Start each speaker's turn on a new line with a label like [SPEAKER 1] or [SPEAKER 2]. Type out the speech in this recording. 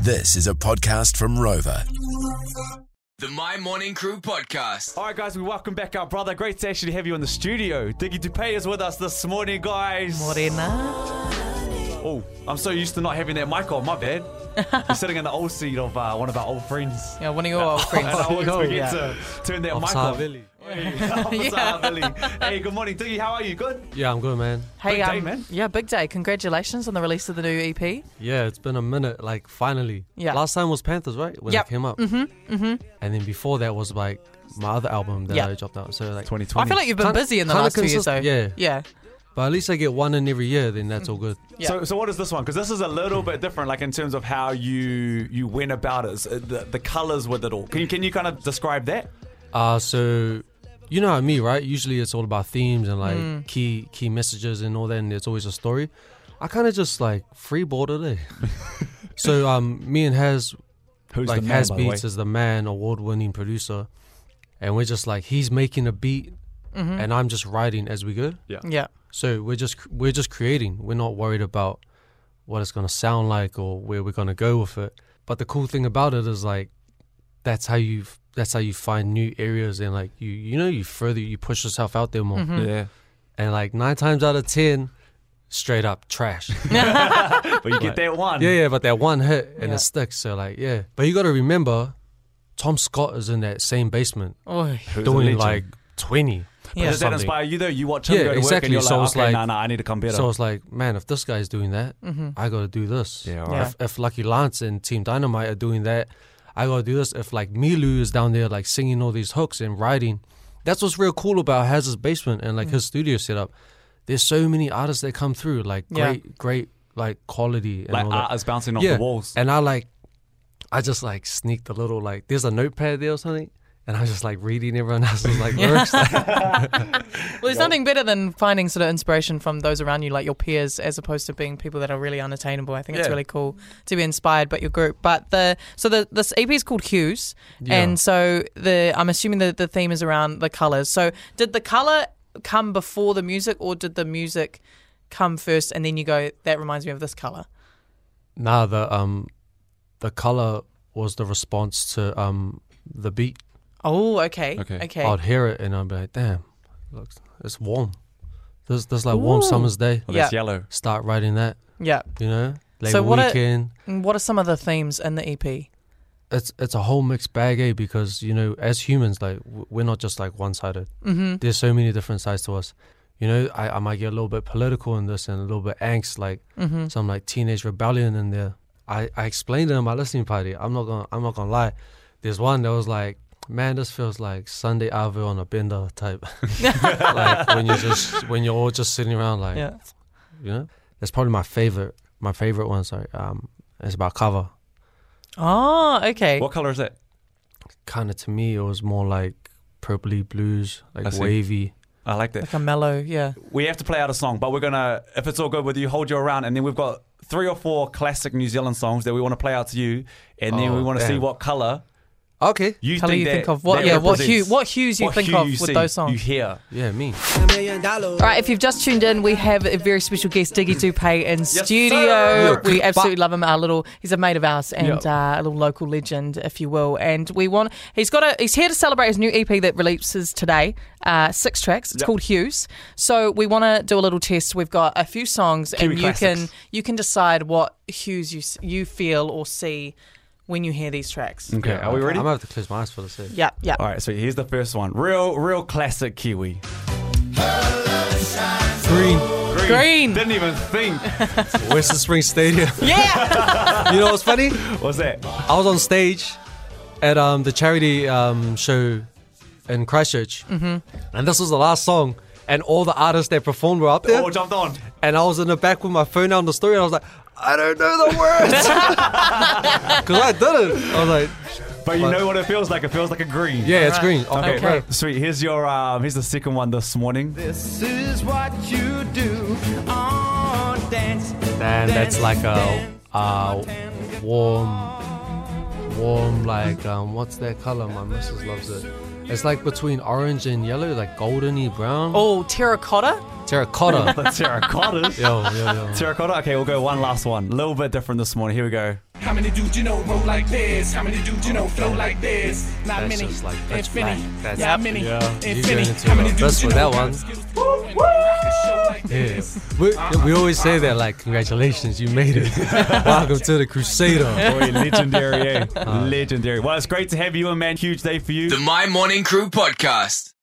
[SPEAKER 1] This is a podcast from Rover.
[SPEAKER 2] The My Morning Crew Podcast.
[SPEAKER 3] All right, guys, we welcome back our brother. Great to actually have you in the studio. Diggy Dupay is with us this morning, guys.
[SPEAKER 4] Morena.
[SPEAKER 3] Oh, I'm so used to not having that mic on. My bad. You're sitting in the old seat of uh, one of our old friends.
[SPEAKER 4] Yeah, one of your old
[SPEAKER 3] And
[SPEAKER 4] friends.
[SPEAKER 3] I always
[SPEAKER 5] no,
[SPEAKER 3] forget
[SPEAKER 5] yeah.
[SPEAKER 3] to turn that mic
[SPEAKER 5] Saha
[SPEAKER 3] off.
[SPEAKER 5] Valley.
[SPEAKER 3] Hey, Officer Havili. Hey, good morning, Diggy. How are you? Good.
[SPEAKER 5] Yeah, I'm good, man.
[SPEAKER 4] Hey, um,
[SPEAKER 3] Big day, man.
[SPEAKER 4] Yeah, big day. Congratulations on the release of the new E EP.
[SPEAKER 5] Yeah, it's been a minute. Like finally.
[SPEAKER 4] Yeah.
[SPEAKER 5] Last time was Panthers, right? When
[SPEAKER 4] Yep.
[SPEAKER 5] it came up. Mm-hmm. Mm-hmm. And then before that was like my other album that
[SPEAKER 4] Yeah.
[SPEAKER 5] I dropped out. So like,
[SPEAKER 3] 2020.
[SPEAKER 4] I feel like you've been
[SPEAKER 5] Kinda-
[SPEAKER 4] busy in the
[SPEAKER 5] kinda
[SPEAKER 4] last two years, though.
[SPEAKER 5] consist- yeah.
[SPEAKER 4] Yeah.
[SPEAKER 5] but at least I get one in every year. Then that's all good.
[SPEAKER 4] Yeah.
[SPEAKER 3] So, so what is this one? Because this is a little bit different, like in terms of how you you went about it, so the, the colors with it all. Can, you- can you kind of describe that?
[SPEAKER 5] Uh so you know me, right? Usually it's all about themes and like
[SPEAKER 4] Mm.
[SPEAKER 5] key key messages and all that, and it's always a story. I kind of just like freeboarded it. so um, me and Has
[SPEAKER 3] Who's
[SPEAKER 5] like Has Beats is the man, award-winning producer, and we're just like he's making a beat, and I'm just writing as we go.
[SPEAKER 4] Yeah.
[SPEAKER 5] So we're just we're just creating. We're not worried about what it's gonna sound like or where we're gonna go with it. But the cool thing about it is like that's how you that's how you find new areas and like you you know you further you push yourself out there more.
[SPEAKER 3] Yeah.
[SPEAKER 5] And like nine times out of ten, straight up trash.
[SPEAKER 3] But you get that one.
[SPEAKER 5] yeah, yeah. But that one hit and
[SPEAKER 4] Um, Yeah.
[SPEAKER 5] it sticks. So like yeah. But you got to remember, Tom Scott is in that same basement
[SPEAKER 4] Oy.
[SPEAKER 3] Who's a
[SPEAKER 5] doing
[SPEAKER 3] legend.
[SPEAKER 5] like twenty.
[SPEAKER 4] Yeah.
[SPEAKER 3] Does that
[SPEAKER 5] something.
[SPEAKER 3] inspire you though? You watch him
[SPEAKER 5] Yeah,
[SPEAKER 3] go to work and
[SPEAKER 5] exactly.
[SPEAKER 3] you're
[SPEAKER 5] So
[SPEAKER 3] like,
[SPEAKER 5] it's
[SPEAKER 3] okay,
[SPEAKER 5] like-
[SPEAKER 3] no, no, I need to come better.
[SPEAKER 5] So it's like, man, if this guy's doing that,
[SPEAKER 4] Mm-hmm.
[SPEAKER 5] I gotta do this.
[SPEAKER 3] Yeah,
[SPEAKER 4] alright.
[SPEAKER 5] If, if Lucky Lance and Team Dynamite are doing that, I gotta do this. If like Milu is down there like singing all these hooks and writing, that's what's real cool about Haz's basement and
[SPEAKER 4] Mm.
[SPEAKER 5] like his studio setup. There's so many artists that come through, like
[SPEAKER 4] Yeah.
[SPEAKER 5] great, great, like quality and
[SPEAKER 3] like uh,
[SPEAKER 5] all
[SPEAKER 3] art
[SPEAKER 5] that.
[SPEAKER 3] is bouncing off
[SPEAKER 5] yeah,
[SPEAKER 3] the walls.
[SPEAKER 5] and I like, I just like sneaked a little like. There's a notepad there or something. And I'm just like reading everyone else's like lyrics.
[SPEAKER 4] Well, there's nothing better than finding sort of inspiration from those around you, like your peers, as opposed to being people that are really unattainable. I think it's
[SPEAKER 5] Yeah.
[SPEAKER 4] really cool to be inspired by your group. But the so the this EP is called Hues,
[SPEAKER 5] Yeah.
[SPEAKER 4] and so the I'm assuming the the theme is around the colors. So did the color come before the music, or did the music come first, and then you go that reminds me of this color?
[SPEAKER 5] Nah, the um, the color was the response to um the beat.
[SPEAKER 4] Oh, okay,
[SPEAKER 3] Okay.
[SPEAKER 4] okay,
[SPEAKER 5] I'd hear it and I'd be like, "Damn, looks it's warm." This this like warm summer's day.
[SPEAKER 3] oh, that's
[SPEAKER 4] yeah.
[SPEAKER 3] yellow.
[SPEAKER 5] Start writing that,
[SPEAKER 4] yeah.
[SPEAKER 5] you know, like
[SPEAKER 4] So what are-
[SPEAKER 5] weekend.
[SPEAKER 4] And what are some of the themes in the E EP?
[SPEAKER 5] it's it's a whole mixed bag, eh? Because you know, as humans, like w- we're not just like one sided. Mm-hmm. There's so many different sides to us. You know, I, I might get a little bit political in this and a little bit angst, like some like teenage rebellion in there. I, I explained it in my listening party. I'm not gonna I'm not gonna lie. There's one that was like, man, this feels like Sunday Ave on a bender type. like when you're just when you're all just sitting around, like
[SPEAKER 4] Yeah.
[SPEAKER 5] you know, that's probably my favorite my favorite one. Sorry, um, it's about cover.
[SPEAKER 4] Oh, okay.
[SPEAKER 3] What color is that?
[SPEAKER 5] kind of to me it was more like purpley blues
[SPEAKER 3] I
[SPEAKER 5] like
[SPEAKER 3] see.
[SPEAKER 5] wavy
[SPEAKER 3] I like that.
[SPEAKER 4] Like a mellow, yeah.
[SPEAKER 3] We have to play out a song, but we're gonna, if it's all good with you, hold you around, and then we've got three or four classic New Zealand songs that we want to play out to you, and then
[SPEAKER 5] Oh,
[SPEAKER 3] we want to see
[SPEAKER 5] damn.
[SPEAKER 3] what color
[SPEAKER 5] okay
[SPEAKER 3] you
[SPEAKER 4] Colour
[SPEAKER 3] think,
[SPEAKER 4] you
[SPEAKER 3] that,
[SPEAKER 4] think of what?
[SPEAKER 3] that
[SPEAKER 4] Yeah, what hue?
[SPEAKER 3] represents.
[SPEAKER 4] What hues you
[SPEAKER 3] What
[SPEAKER 4] think
[SPEAKER 3] hue
[SPEAKER 4] of
[SPEAKER 3] you
[SPEAKER 4] with
[SPEAKER 3] see,
[SPEAKER 4] those songs?
[SPEAKER 3] You hear?
[SPEAKER 5] yeah me
[SPEAKER 4] All right, if you've just tuned in, we have a very special guest, Diggy Dupay, in studio.
[SPEAKER 3] sir.
[SPEAKER 4] We absolutely love him. Our little, he's a mate of ours and uh, a little local legend, if you will. And we want, he's got a, he's here to celebrate his new EP that releases today, uh, six tracks. It's
[SPEAKER 3] Yep.
[SPEAKER 4] called Hughes. So we want to do a little test. We've got a few songs,
[SPEAKER 3] Kiwi
[SPEAKER 4] and you
[SPEAKER 3] classics.
[SPEAKER 4] can you can decide what hues you s- you feel or see when you hear these tracks.
[SPEAKER 3] Okay, are we ready?
[SPEAKER 5] i'm gonna have to close my eyes for this eh?
[SPEAKER 4] Yeah, yeah.
[SPEAKER 3] All right, so here's the first one. Real, real classic Kiwi.
[SPEAKER 5] green
[SPEAKER 3] Green.
[SPEAKER 4] Green.
[SPEAKER 3] Didn't even think.
[SPEAKER 5] western spring stadium
[SPEAKER 4] Yeah.
[SPEAKER 5] you know what's funny
[SPEAKER 3] What's that?
[SPEAKER 5] i was on stage at um the charity um show in christchurch mm-hmm. and this was the last song and all the artists that performed were up there
[SPEAKER 3] Oh, jumped on.
[SPEAKER 5] and I was in the back with my phone out on the story, and I was like, I don't know the words, because I didn't. I was like,
[SPEAKER 3] But you
[SPEAKER 5] But-
[SPEAKER 3] know what it feels like? It feels like a green.
[SPEAKER 5] yeah, it's green. Oh,
[SPEAKER 3] Okay,
[SPEAKER 4] Okay.
[SPEAKER 3] sweet. Here's your um, here's the second one this morning.
[SPEAKER 6] This is what you do on dance.
[SPEAKER 5] Then that's like a, uh warm, warm like um, what's that color? My missus loves it. It's like between orange and yellow, like goldeny brown.
[SPEAKER 4] Oh, terracotta.
[SPEAKER 5] terracotta.
[SPEAKER 3] The terracotta.
[SPEAKER 5] yo, yo, yo.
[SPEAKER 3] Terracotta. Okay, we'll go one last one. A little bit different this morning. Here we go.
[SPEAKER 7] How many dudes you know roll like this? How many dudes you know flow like this? Not
[SPEAKER 5] That's
[SPEAKER 7] many.
[SPEAKER 5] just like- that's
[SPEAKER 7] That's many.
[SPEAKER 5] whack. That's-
[SPEAKER 7] Not many.
[SPEAKER 5] Yeah. You're
[SPEAKER 7] Infinity.
[SPEAKER 5] going into
[SPEAKER 7] How many
[SPEAKER 5] a
[SPEAKER 7] dudes
[SPEAKER 5] bus
[SPEAKER 7] you
[SPEAKER 5] with
[SPEAKER 7] know
[SPEAKER 5] that
[SPEAKER 7] got
[SPEAKER 5] one.
[SPEAKER 7] the skills to win? Show like
[SPEAKER 5] Yeah.
[SPEAKER 7] this.
[SPEAKER 5] We, we always say that, like, congratulations, you made it. Welcome to the Crusader.
[SPEAKER 3] Boy, legendary, eh? legendary. Well, it's great to have you on, man. Huge day for you.
[SPEAKER 2] The My Morning Crew Podcast.